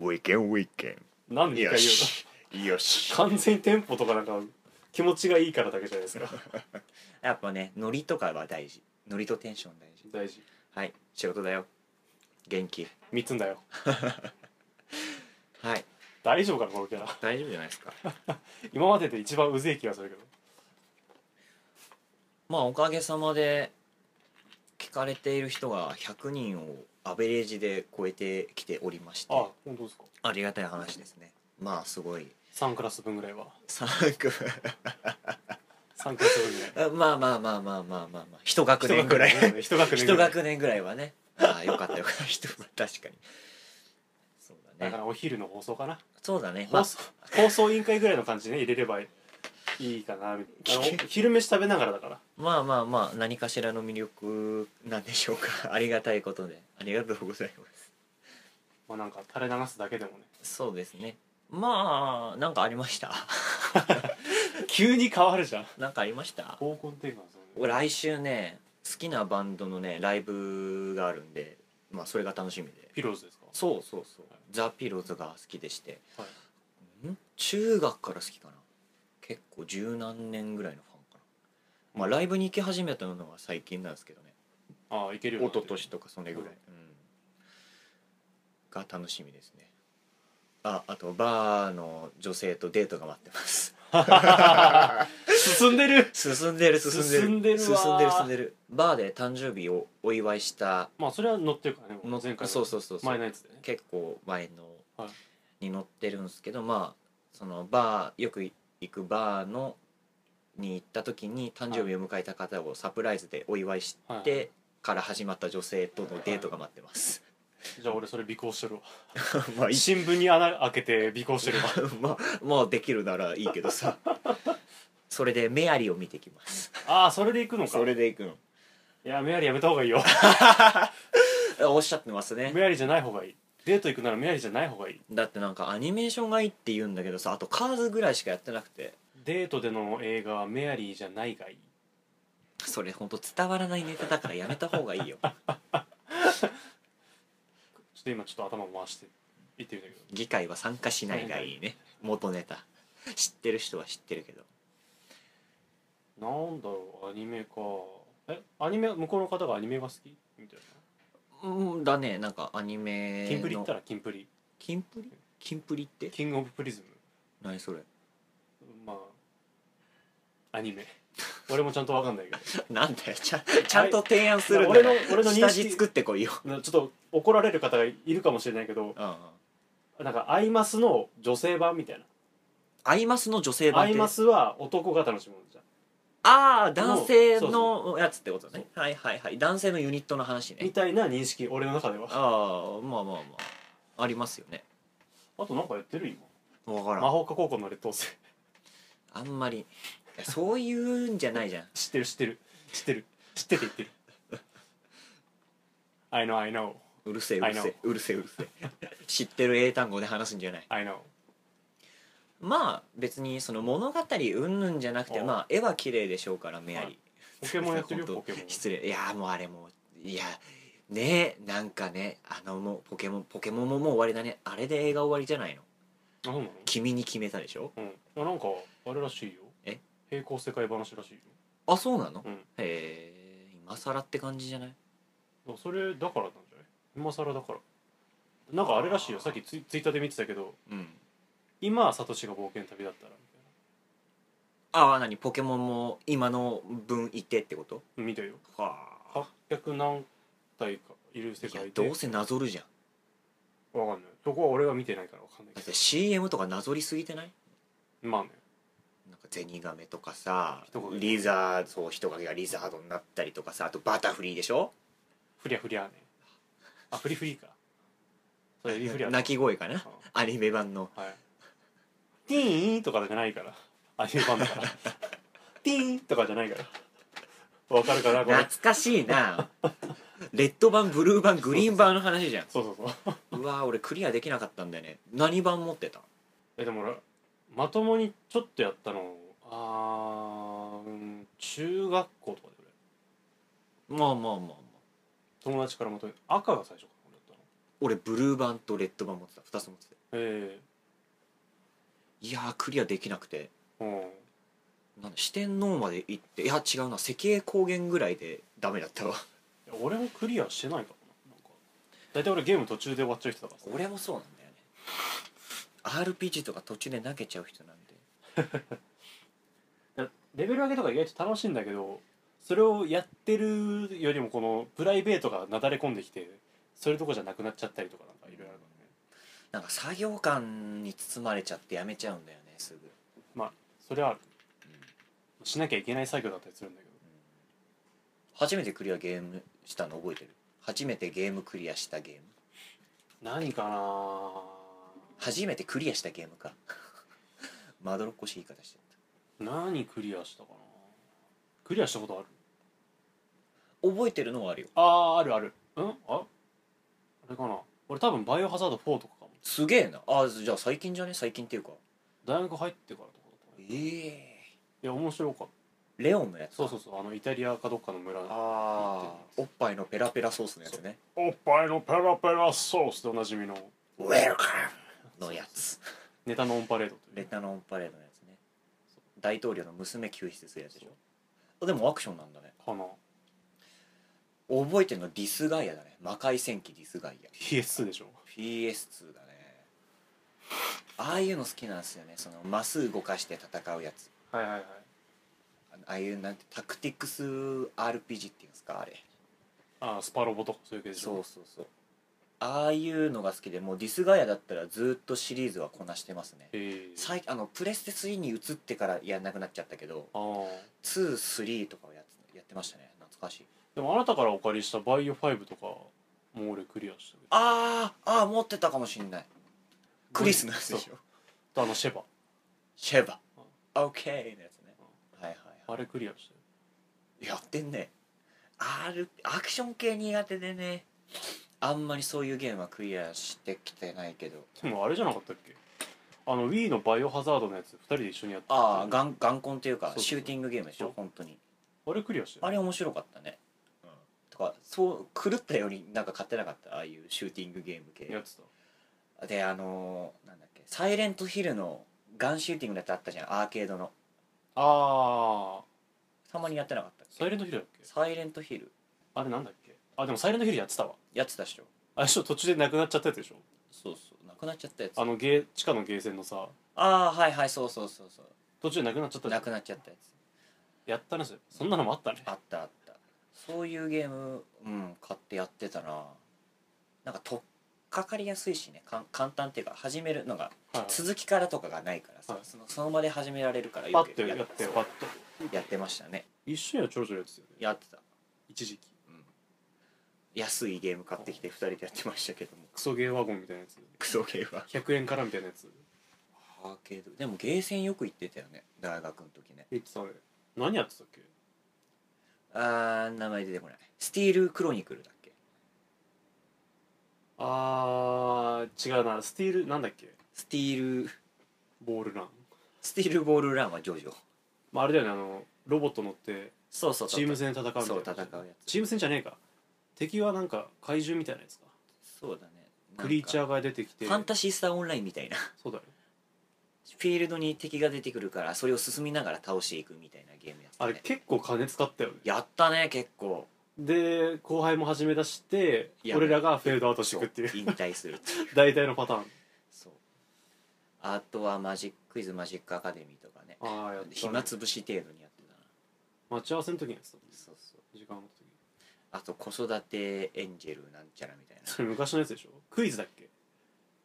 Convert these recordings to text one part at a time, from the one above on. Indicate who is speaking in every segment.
Speaker 1: ウィケンウィケ
Speaker 2: 何
Speaker 1: ン
Speaker 2: で一
Speaker 1: よ
Speaker 2: 回言うの
Speaker 1: しよし
Speaker 2: 完全にテンポとかなんか気持ちがいいからだけじゃないですか
Speaker 3: やっぱねノリとかは大事ノリとテンション大事
Speaker 2: 大事
Speaker 3: はい仕事だよ元気
Speaker 2: 3つんだよ
Speaker 3: はい
Speaker 2: 大丈夫かなこのキャラ
Speaker 3: 大丈夫じゃないですか
Speaker 2: 今までで一番うぜえ気がするけど
Speaker 3: まあおかげさまで聞かれている人が100人をアベレージで超えてきておりまして
Speaker 2: あ本当ですか
Speaker 3: ありがたい話ですねまあすごい
Speaker 2: 3クラス分ぐらいは
Speaker 3: サーク
Speaker 2: 3クラス分ぐらい
Speaker 3: まあまあまあまあまあまあまあ一学年ぐら い
Speaker 2: 一学年
Speaker 3: 一
Speaker 2: ぐらい
Speaker 3: 学年ぐらいはねああよかったよかった人確かにそうだ
Speaker 2: だ
Speaker 3: ね
Speaker 2: からお昼の放送かな
Speaker 3: そうだねま
Speaker 2: 放
Speaker 3: あ
Speaker 2: 送放送委員会ぐらいの感じでね入れればいいかなみたいなあの昼飯食べながらだから
Speaker 3: まあまあまあ何かしらの魅力なんでしょうか ありがたいことでありがとうございま
Speaker 2: まあなんか垂れ流すだけでもね
Speaker 3: すそうですねまあなんかありました
Speaker 2: 急に変わるじゃん
Speaker 3: なんかありました
Speaker 2: 方向転換するね
Speaker 3: 来週ね好きなバンドのねライブがあるんでまあそれが楽しみで
Speaker 2: ピローズですか
Speaker 3: そうそうそう
Speaker 2: はい
Speaker 3: ザ・ピローズが好きでして、
Speaker 2: は
Speaker 3: ん中学から好きかな結構十何年ぐらいのファンかなまあライブに行き始めたのは最近なんですけどね
Speaker 2: ああいけるよう
Speaker 3: 一
Speaker 2: にな
Speaker 3: 昨
Speaker 2: ってる
Speaker 3: 年とかそれぐらい、うんが楽しみですねああとバーの女性とデートが待ってます
Speaker 2: 進んでる
Speaker 3: 進んでる進んでる
Speaker 2: 進んでるわー
Speaker 3: 進んでる進んでるバーで誕生日をお祝いした
Speaker 2: まあそれは乗ってるからね
Speaker 3: の
Speaker 2: 前回の
Speaker 3: そうそうそうそう
Speaker 2: 前のやつでね
Speaker 3: 結構前の
Speaker 2: はい
Speaker 3: に乗ってるんですけど、まあそのバーよく行くバーのに行った時に誕生日を迎えた方をサプライズでお祝いし
Speaker 2: はいはい
Speaker 3: てから始まった女性とのデートが待って ます、
Speaker 2: じゃあ俺それ尾行してるわ
Speaker 3: まあいい
Speaker 2: 新聞に穴開けて尾行し てるわ
Speaker 3: まあまあできるならいいけどさそれでメアリーを見てきます
Speaker 2: ああそれで行くのか
Speaker 3: で行くの
Speaker 2: いやメアリーやめた方がいいよ
Speaker 3: あおっしゃってますね
Speaker 2: メアリーじゃない方がいいデート行くならメアリーじゃない方がいい
Speaker 3: だってなんかアニメーションがいいって言うんだけどさあとカーズぐらいしかやってなくて
Speaker 2: デートでの映画はメアリーじゃないがいい
Speaker 3: それ本当伝わらないネタだからやめた方がいいよ
Speaker 2: ちょっと今ちょっと頭回して言ってみたけど
Speaker 3: 議会は参加しないがいいね元ネタ知ってる人は知ってるけど
Speaker 2: なんだろうアニメかえアニメ向こうの方がアニメが好きみたい
Speaker 3: うんだねなんかアニメ
Speaker 2: な
Speaker 3: の
Speaker 2: キンプリ行ったらキンプリ
Speaker 3: キンプリキンプリって
Speaker 2: キングオブプリズム
Speaker 3: 何 それ
Speaker 2: まあアニメ俺もちゃんとわかんないけど
Speaker 3: なんだよちゃんちゃんと提案するなら
Speaker 2: 俺の俺の認識
Speaker 3: 下地作ってこいよ、
Speaker 2: なちょっと怒られる方がいるかもしれないけど
Speaker 3: うんうん、
Speaker 2: なんかアイマスの女性版みたい
Speaker 3: アイマスの女性
Speaker 2: な
Speaker 3: 版っ
Speaker 2: ア
Speaker 3: て
Speaker 2: イマスは男が楽しむもんじゃん
Speaker 3: ああ男性
Speaker 2: そうそ
Speaker 3: のやつってことねはいはいはい男性のユニットの話
Speaker 2: み
Speaker 3: ね
Speaker 2: たいな認識俺の中では
Speaker 3: ああまあまあまあありますよね
Speaker 2: あとなんかやってる
Speaker 3: わか
Speaker 2: 今
Speaker 3: ら
Speaker 2: 魔
Speaker 3: ん
Speaker 2: 法科高校の劣等生
Speaker 3: あんまりいやそういうんじゃ ないじゃん
Speaker 2: 知ってる知ってる知ってる知ってて言ってる I know I know
Speaker 3: うるせえうるせえうるせえうるせえ 知ってる英単語で話すんじゃない
Speaker 2: I know
Speaker 3: まあ別にその物語うんぬんじゃなくて
Speaker 2: お
Speaker 3: まあ絵は綺麗でしょうからメア
Speaker 2: は
Speaker 3: リ
Speaker 2: ポケモンやってる よ
Speaker 3: 本当
Speaker 2: ポケモン
Speaker 3: 失礼いやーもうあれもういやねえなんかねあのもうポケモンポケモンももう終わりだねあれで映画終わりじゃないの
Speaker 2: あそうなの
Speaker 3: 君に決めたでしょ
Speaker 2: うんあなんかあれらしいよ
Speaker 3: え
Speaker 2: 平行世界話らしいよ
Speaker 3: あそうなの、
Speaker 2: うん
Speaker 3: へえ今更って感じじゃない
Speaker 2: あそれだからなんじゃない今更だからなんかあれらしいよさっきツイツイッターで見てたけど
Speaker 3: うん
Speaker 2: 今サトシが冒険旅だったらみたい
Speaker 3: ああ何ポケモンも今の分いてってこと
Speaker 2: な見たよ
Speaker 3: はあ
Speaker 2: 800何体かいる世
Speaker 3: いや
Speaker 2: 界で
Speaker 3: どうせなぞるじゃん
Speaker 2: わかんないそこは俺は見てないからわかんない
Speaker 3: だ
Speaker 2: け
Speaker 3: って CM とかなぞりすぎてない
Speaker 2: どまあね
Speaker 3: なんかゼニガメとかさ
Speaker 2: 人影
Speaker 3: リザードそう人影がリザードになったりとかさあとバタフリーでしょ
Speaker 2: フリャフリャねあフリフリかそれエビフリャ
Speaker 3: 鳴き声かな
Speaker 2: うん
Speaker 3: アニメ版の
Speaker 2: はいティーンとかじゃないからアニメ版だからティーンとかじゃないからわかるかなこれ
Speaker 3: 懐かしい なレッド版ブルー版グリーン版の話じゃん
Speaker 2: そうそうそう
Speaker 3: うわー俺クリアできなかったんだよね何版持ってた
Speaker 2: えでも俺まともにちょっとやったのあ中学校とかで俺
Speaker 3: まあまあまあまあ
Speaker 2: 友達からまとめ赤が最初からもらっ
Speaker 3: 俺ブルー版とレッド版持ってた2つ持ってて
Speaker 2: たのえ
Speaker 3: いやークリアできなくて
Speaker 2: えうん
Speaker 3: なんだ四天王まで行っていや違うな石英高原ぐらいでダメだったわ
Speaker 2: いや俺もクリアしてないからななんか大体俺ゲーム途中で終わっちゃう人だからさ
Speaker 3: 俺もそうなんだよね RPG とか途中で投げちゃう人なんで
Speaker 2: レベル上げとか意外と楽しいんだけどそれをやってるよりもこのプライベートがなだれ込んできてそれどころじゃなくなっちゃったりとかなんかいろいろあるからね
Speaker 3: なんか作業感に包まれちゃってやめちゃうんだよねすぐ
Speaker 2: それはある、しなきゃいけない作業だったりするんだけど
Speaker 3: 初めてクリアゲームしたの覚えてる初めてゲームクリアしたゲーム
Speaker 2: 何かな
Speaker 3: 初めてクリアしたゲームか まどろっこしい言い方してる
Speaker 2: 何クリアしたかなクリアしたことある
Speaker 3: 覚えてるのはあるよ
Speaker 2: あーあるあるうんああれかな俺多分バイオハザード4とかかも
Speaker 3: すげえなあじゃあ最近じゃね最近っていうか
Speaker 2: 大学入ってからとかだったね
Speaker 3: ええ
Speaker 2: いや面白かった
Speaker 3: レオンのやつ
Speaker 2: そうそうそうあのイタリアかどっかの村の
Speaker 3: ああおっぱいのペラペラソースのやつね
Speaker 2: おっぱいのペラペラソースでおなじみの
Speaker 3: ウェルカムのやつ
Speaker 2: ネタのオンパレードとい
Speaker 3: レ
Speaker 2: う
Speaker 3: タノンパレードのやつね大統領の娘救出するやつでしょあでもアクションなんだね
Speaker 2: かな
Speaker 3: 覚えてるのディスガイアだね魔界戦記ディスガイア
Speaker 2: PS2 でしょ
Speaker 3: PS2 だねああいうの好きなんですよねそのマス動かして戦うやつ
Speaker 2: はいはいはい
Speaker 3: ああいうなんてタクティクス RPG っていうんですかあれ
Speaker 2: あースパロボとかそういう系でし
Speaker 3: そう
Speaker 2: ょ
Speaker 3: そうそうああいうのが好きでもうディスガイアだったらずっとシリーズはこなしてますね
Speaker 2: ええ
Speaker 3: 最あのプレステ3に移ってからやんなくなっちゃったけど
Speaker 2: ああ
Speaker 3: 23とかをやつやってましたね懐かしい
Speaker 2: でもあなたからお借りしたバイオ5とかもう俺クリアしてる
Speaker 3: あーあー持ってたかもしんないクリスのやつでし
Speaker 2: そう
Speaker 3: ょ
Speaker 2: とあのシェバ
Speaker 3: シェバ OK のやつねはいはい
Speaker 2: あれクリアしてる
Speaker 3: やってんね R アクション系苦手でねあんまりそういうゲームはクリアしてきてないけど
Speaker 2: でもあれじゃなかったっけあの Wii のバイオハザードのやつ2人で一緒にやってた
Speaker 3: ああ眼眼コンっていうか
Speaker 2: そうそう
Speaker 3: シューティングゲームでし
Speaker 2: そ
Speaker 3: ょ
Speaker 2: う
Speaker 3: 本当に
Speaker 2: あれクリアしてる
Speaker 3: あれ面白かったね、とかそう狂ったようになんか買ってなかったああいうシューティングゲーム系
Speaker 2: やってた
Speaker 3: であのーなんだっけ「サイレントヒル」のガンシューティングのやつあったじゃんアーケードの
Speaker 2: ああ
Speaker 3: たまにやってなかったっけ
Speaker 2: サイレントヒルだっけ
Speaker 3: サイレントヒル
Speaker 2: あれなんだっけあでもサイレントヒルやってたわ
Speaker 3: やってたっしょ
Speaker 2: あれでしょ途中でなくなっちゃったやつでしょ
Speaker 3: そうそうなくなっちゃったやつ
Speaker 2: あ
Speaker 3: あ
Speaker 2: のゲー地下のゲーセンのさ
Speaker 3: あーはいはいそうそうそうそう
Speaker 2: 途中でなくなっちゃったじゃ
Speaker 3: なんくなっちゃったやつ
Speaker 2: やったねそれそんなのもあったね
Speaker 3: あったあったそういうゲームうん買ってやってたななんかとっかかりやすいしねかん簡単っていうか始めるのが
Speaker 2: はい
Speaker 3: 続きからとかがないからさ、
Speaker 2: はい
Speaker 3: そのその場で始められるから
Speaker 2: パ
Speaker 3: よ
Speaker 2: ッとやってパッと
Speaker 3: やってましたね
Speaker 2: 一緒にはちょろちょろやってたよね
Speaker 3: やってた
Speaker 2: 一時期
Speaker 3: 安いゲーム買ってきて2人でやってましたけども
Speaker 2: クソゲーワゴンみたいなやつ
Speaker 3: クソゲーは
Speaker 2: 100円からみたいなやつ
Speaker 3: アーケードでもゲーセンよく行ってたよね大学の時ね
Speaker 2: 言ってたね何やってたっけ
Speaker 3: あー名前出てこないスティールクロニクルだっけ
Speaker 2: あー違うなスティールなんだっけ
Speaker 3: スティール
Speaker 2: ボールラン、
Speaker 3: スティールボールランはジョジョ
Speaker 2: まあ、あれだよねあのロボット乗って
Speaker 3: そうそう
Speaker 2: チーム戦戦うみたいな
Speaker 3: そう戦うやつ
Speaker 2: チーム戦じゃねえか敵はなんか怪獣みたいなやつか
Speaker 3: そうだね
Speaker 2: クリーチャ
Speaker 3: ー
Speaker 2: ーが出てきて
Speaker 3: ファンタシースターオンラインみたいな
Speaker 2: そうだよ
Speaker 3: フィールドに敵が出てくるからそれを進みながら倒していくみたいなゲームやってた
Speaker 2: あれ
Speaker 3: ね
Speaker 2: 結構金使ったよね
Speaker 3: やったね結構
Speaker 2: で後輩も始め出して
Speaker 3: いや
Speaker 2: 俺らがフェードアウトしていくっていう
Speaker 3: そう引退するっていう
Speaker 2: 大体のパターン
Speaker 3: そうあとはマジック・イズ・マジック・アカデミーとかね
Speaker 2: ああやったね
Speaker 3: 暇つぶし程度にやってたな
Speaker 2: 待ち合わせの時にやってたもんね
Speaker 3: そうそう
Speaker 2: 時間の時
Speaker 3: あと子育てエンジェルなんちゃらみたい な
Speaker 2: それ昔のやつでしょクイズだっけ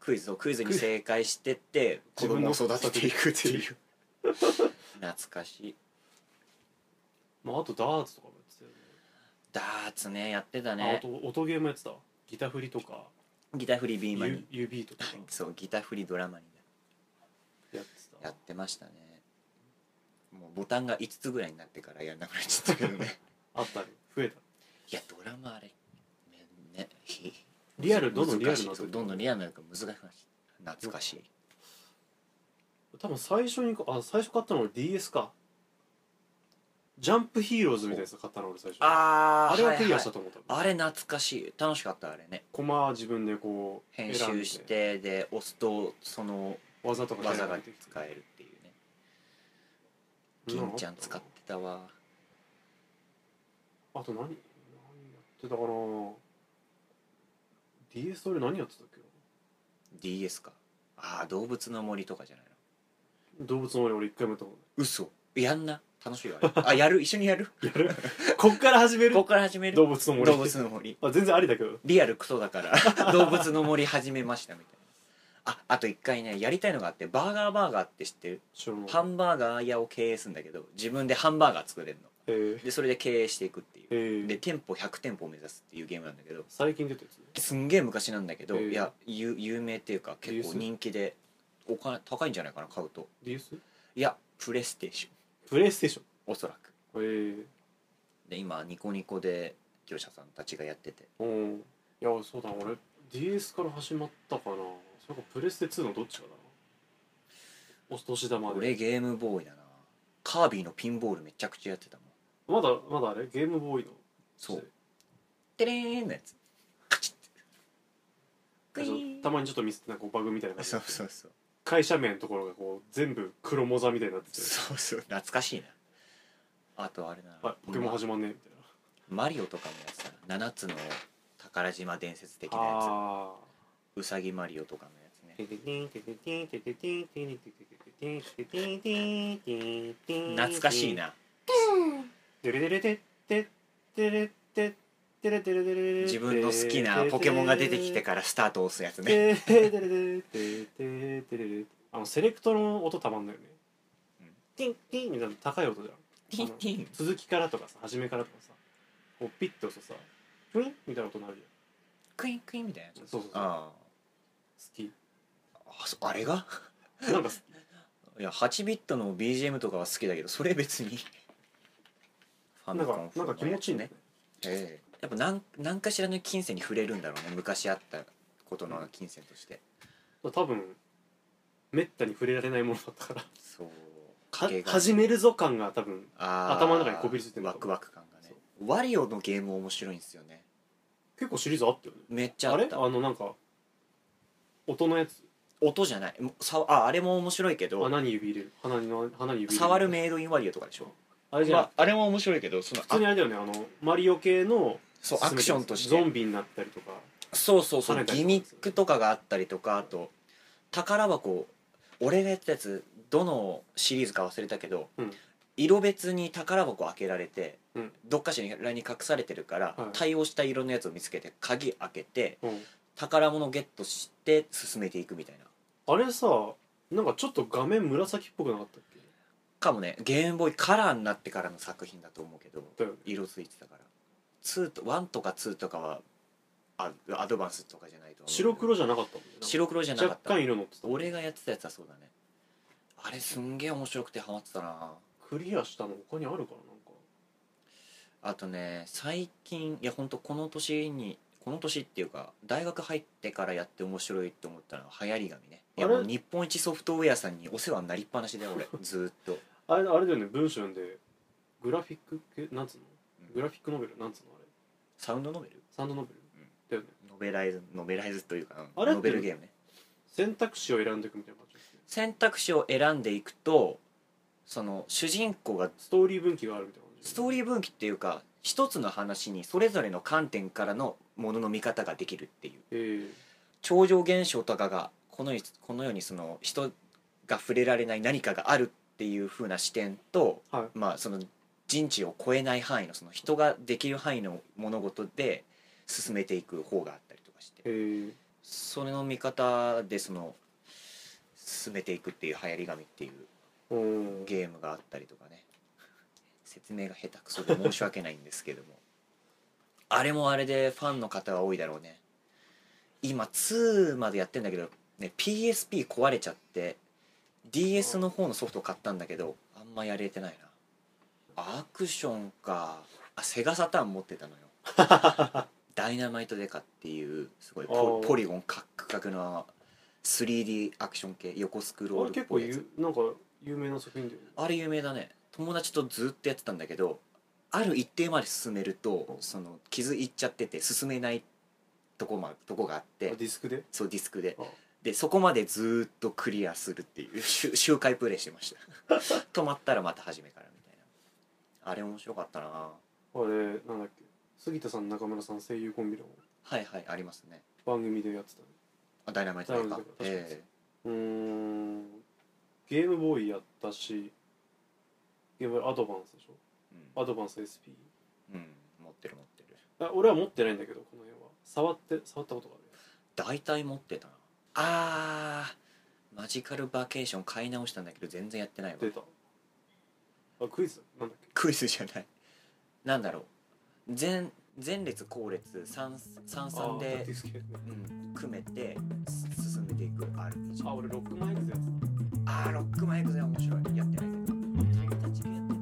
Speaker 3: クイズをクイズに正解してって 子供を育てていくっていう 懐かしい
Speaker 2: まああとダーツとかもやってたよね
Speaker 3: ダーツねやってた
Speaker 2: ああ
Speaker 3: ね
Speaker 2: と音ゲーもやってたわギター振りとか
Speaker 3: ギターフリービーマニ
Speaker 2: ゆ指とか
Speaker 3: そうギターフリードラマに
Speaker 2: やってた
Speaker 3: やってましたねもうボタンが5つぐらいになってからやんなくなっちゃったけど ね
Speaker 2: あったね増えた
Speaker 3: いやドラマあれねねひ
Speaker 2: リアルどんどんリア
Speaker 3: 難
Speaker 2: ル
Speaker 3: し
Speaker 2: にないって
Speaker 3: そ
Speaker 2: く
Speaker 3: う
Speaker 2: る
Speaker 3: どんどんリアルになるから難しくなっちゃう懐かしい
Speaker 2: 多分最初にあ最初買ったの俺 DS かジャンプヒーローズみたいなやつ買ったの俺最初
Speaker 3: あ
Speaker 2: あれはクリアしたたと思った、
Speaker 3: あれ懐かしい楽しかったあれね
Speaker 2: コマは自分でこう
Speaker 3: 編
Speaker 2: 選ん
Speaker 3: 集
Speaker 2: で
Speaker 3: してで押すとその
Speaker 2: 技とか
Speaker 3: 技が
Speaker 2: て
Speaker 3: 使えるっていうね銀ちゃん使ってたわ
Speaker 2: あと何何やってたかな DS 俺何やってたっけ
Speaker 3: DS かああ動物の森とかじゃないの
Speaker 2: な動物の森俺一回もやったこ
Speaker 3: 嘘やんな楽しいわあれあやる一緒にや る
Speaker 2: とないやるこっから始める
Speaker 3: ここから始める
Speaker 2: 動物の森
Speaker 3: 動物の森
Speaker 2: あ全然ありだけど
Speaker 3: リアルクソだから 動物の森始めましたみたいなああと一回ねやりたいのがあってバーガーバーガーって知ってる
Speaker 2: 知らない
Speaker 3: ハンバーガー屋を経営するんだけど自分でハンバーガー作れるの
Speaker 2: えー
Speaker 3: でそれで経営していくっていう
Speaker 2: えー
Speaker 3: で店舗100店舗を目指すっていうゲームなんだけど
Speaker 2: 最近出たやつね
Speaker 3: すんげえ昔なんだけど、
Speaker 2: えー
Speaker 3: いや有有名っていうか結
Speaker 2: DS？
Speaker 3: 構人気でお金高いんじゃないかな買うと
Speaker 2: DS?
Speaker 3: いやプレイステーション
Speaker 2: プレイステーション
Speaker 3: おそらく
Speaker 2: えー
Speaker 3: で今ニコニコで業者さんたちがやってて
Speaker 2: うんいやそうだ俺 DS から始まったかなそれかプレステ2のどっちかだなお年玉で
Speaker 3: 俺ゲームボーイだなカービィのピンボールめちゃくちゃやってたもん
Speaker 2: まだまだあれゲームボーイの
Speaker 3: そうテレーンのやつカチッてクイーン
Speaker 2: たまにちょっとミスってなんかこうバグみたいな感じ
Speaker 3: そうそうそう
Speaker 2: 会社名のところがこう全部黒モザみたいになってて
Speaker 3: そうそう懐かしいなあとあれだな、
Speaker 2: 「あポケモン始まんねえ」みたい
Speaker 3: マリオとかもやってたな7つの宝島伝説的
Speaker 2: な
Speaker 3: なや
Speaker 2: ああ
Speaker 3: つうさぎマリオとかのやつね懐
Speaker 2: 懐
Speaker 3: かしいな
Speaker 2: デレデレテテデレテデレデレデレ
Speaker 3: 自分の好きなポケモンが出てきてからスタートを押すやつね、
Speaker 2: デレデレデレデレあのセレクトの音たまんないよねティンティンみたいな高い音じゃん
Speaker 3: ティンティン
Speaker 2: 続きからとかさ初めからとかさこうピッて押すとさプリンみたいな音なるじ
Speaker 3: クイーンクイーンみたいなや
Speaker 2: ゃん
Speaker 3: つ
Speaker 2: そうそうそう
Speaker 3: あ
Speaker 2: 好
Speaker 3: ああそあれが
Speaker 2: きなんか
Speaker 3: いや8ビットの BGM とかは好きだけどそれ別にファ
Speaker 2: なんかなんか気持ちいいね
Speaker 3: ね、ええやっぱ何何かしらの金銭に触れるんだろうね昔あったことの金銭として、
Speaker 2: 多分めったに触れられないものだったから
Speaker 3: そう
Speaker 2: か
Speaker 3: かけが
Speaker 2: 始めるぞ感が多分
Speaker 3: あー
Speaker 2: 頭の中にこびりついてんだ
Speaker 3: ワクワク感がねワリオのゲーム面白いんですよね
Speaker 2: 結構シリーズあったよね
Speaker 3: めっちゃ
Speaker 2: あ
Speaker 3: あ
Speaker 2: れ
Speaker 3: っ
Speaker 2: あ
Speaker 3: た
Speaker 2: のなんか音のやつ
Speaker 3: 音じゃないもさああれも面白いけど
Speaker 2: 穴に指入れる鼻にの鼻に指入れ
Speaker 3: 触るメイドインワリオとかでしょ、
Speaker 2: あれじゃ
Speaker 3: ま
Speaker 2: ん、
Speaker 3: あ、あれも面白いけどその
Speaker 2: 普通にあれだよねあのマリオ系の
Speaker 3: そうアクションとして
Speaker 2: ゾンビになったりとか
Speaker 3: そうそうそ
Speaker 2: 跳
Speaker 3: う
Speaker 2: ねたりとか
Speaker 3: ギミックとかがあったりとかあと宝箱俺がやってたやつどのシリーズか忘れたけど、
Speaker 2: うん
Speaker 3: 色別に宝箱開けられて、
Speaker 2: うん
Speaker 3: どっかしらに隠されてるから、
Speaker 2: はい
Speaker 3: 対応した色のやつを見つけて鍵開けて
Speaker 2: うん
Speaker 3: 宝物ゲットして進めていくみたいな
Speaker 2: あれさなんかちょっと画面紫っぽくなかったっけ
Speaker 3: かもねゲームボーイカラーになってからの作品だと思うけど
Speaker 2: だよね
Speaker 3: 色ついてたから2と1とか2とかはあアドバンスとかじゃないと思うけど
Speaker 2: 白黒じゃなかったもんね
Speaker 3: 白黒じゃなか
Speaker 2: 若
Speaker 3: った
Speaker 2: 干色のってた
Speaker 3: 俺がやってたやつはそうだねあれすんげえ面白くてハマってたな
Speaker 2: クリアしたの他にあるかななんか
Speaker 3: あとね最近いやほんとこの年にこの年っていうか大学入ってからやって面白いって思ったのは流行り紙ねいや
Speaker 2: あれ
Speaker 3: もう日本一ソフトウェアさんにお世話になりっぱなしだよ俺ずーっと
Speaker 2: あれあれだよね文章読んでグラフィック系なんつうの
Speaker 3: うん
Speaker 2: グラフィックノベルなんつうのあれ
Speaker 3: サウンドノベル
Speaker 2: サンドノベル、
Speaker 3: うん
Speaker 2: だよね
Speaker 3: ノベライズノベライズというか
Speaker 2: あれって
Speaker 3: ノベルゲームね
Speaker 2: 選択肢を選んでいくみたいな感じですね
Speaker 3: 選択肢を選んでいくとその主人公が
Speaker 2: ストーリー分岐があるみたいな感じ
Speaker 3: ストーリー分岐っていうか一つの話にそれぞれの観点からのものの見方ができるっていう
Speaker 2: ええ
Speaker 3: 超常現象とかがこの世にこの世にその人が触れられない何かがあるっていう風な視点と、
Speaker 2: はい
Speaker 3: まあその人知を超えない範囲のその人ができる範囲の物事で進めていく方があったりとかして
Speaker 2: ええ
Speaker 3: それの見方でその進めていくっていう流行り紙っていう
Speaker 2: うん
Speaker 3: ゲームがあったりとかね説明が下手くそで申し訳ないんですけどもあれもあれでファンの方は多いだろうね今2までやってんだけど、ね、PSP 壊れちゃって DS の方のソフト買ったんだけどあんまやれてないなアクションかあセガサターン持ってたのよ ダイナマイトデカっていうすごいポ
Speaker 2: あー
Speaker 3: ポリゴンカックカクの 3D アクション系横スクロ
Speaker 2: あ
Speaker 3: ール
Speaker 2: れ
Speaker 3: っ
Speaker 2: 結
Speaker 3: ぽ
Speaker 2: 構
Speaker 3: いやつ
Speaker 2: ゆなんか有名な作品だよね
Speaker 3: あれ有名だね友達とずっとやってたんだけどある一定まで進めるとその傷いっちゃってて進めないとこ,、ま、とこがあっ
Speaker 2: デ
Speaker 3: て
Speaker 2: ィスクで
Speaker 3: そうディスクで
Speaker 2: あ
Speaker 3: でそこまでずっとクリアするっていう 周周回プレイしてました 止まったらまた始めからみたいなあれ面白かったな
Speaker 2: あれなんだっけ杉田さん中村さん声優コンビの
Speaker 3: はいはいありますね
Speaker 2: 番組でやってたね
Speaker 3: あダイナマイトとか
Speaker 2: ダイナマイトとか確か
Speaker 3: え
Speaker 2: うーんゲームボーイやったしゲームボーイアドバンスでし
Speaker 3: え
Speaker 2: ょアドバンス SP
Speaker 3: うん、うん、持ってる持ってる
Speaker 2: あ俺は持ってないんだけどこの辺は触って触ったことがある
Speaker 3: 大体持ってたなあーマジカルバケーション買い直したんだけど全然やってないわ
Speaker 2: 出たあクイズなんだっけ
Speaker 3: クイズじゃないなんだろう前前列後列三三
Speaker 2: あ
Speaker 3: 三
Speaker 2: ー
Speaker 3: で
Speaker 2: ディ、スケね
Speaker 3: うん、組めてす進めていく RPG
Speaker 2: あ俺6枚ずつやってた
Speaker 3: あーロックマイクで面白いやってないけど君たちがやってる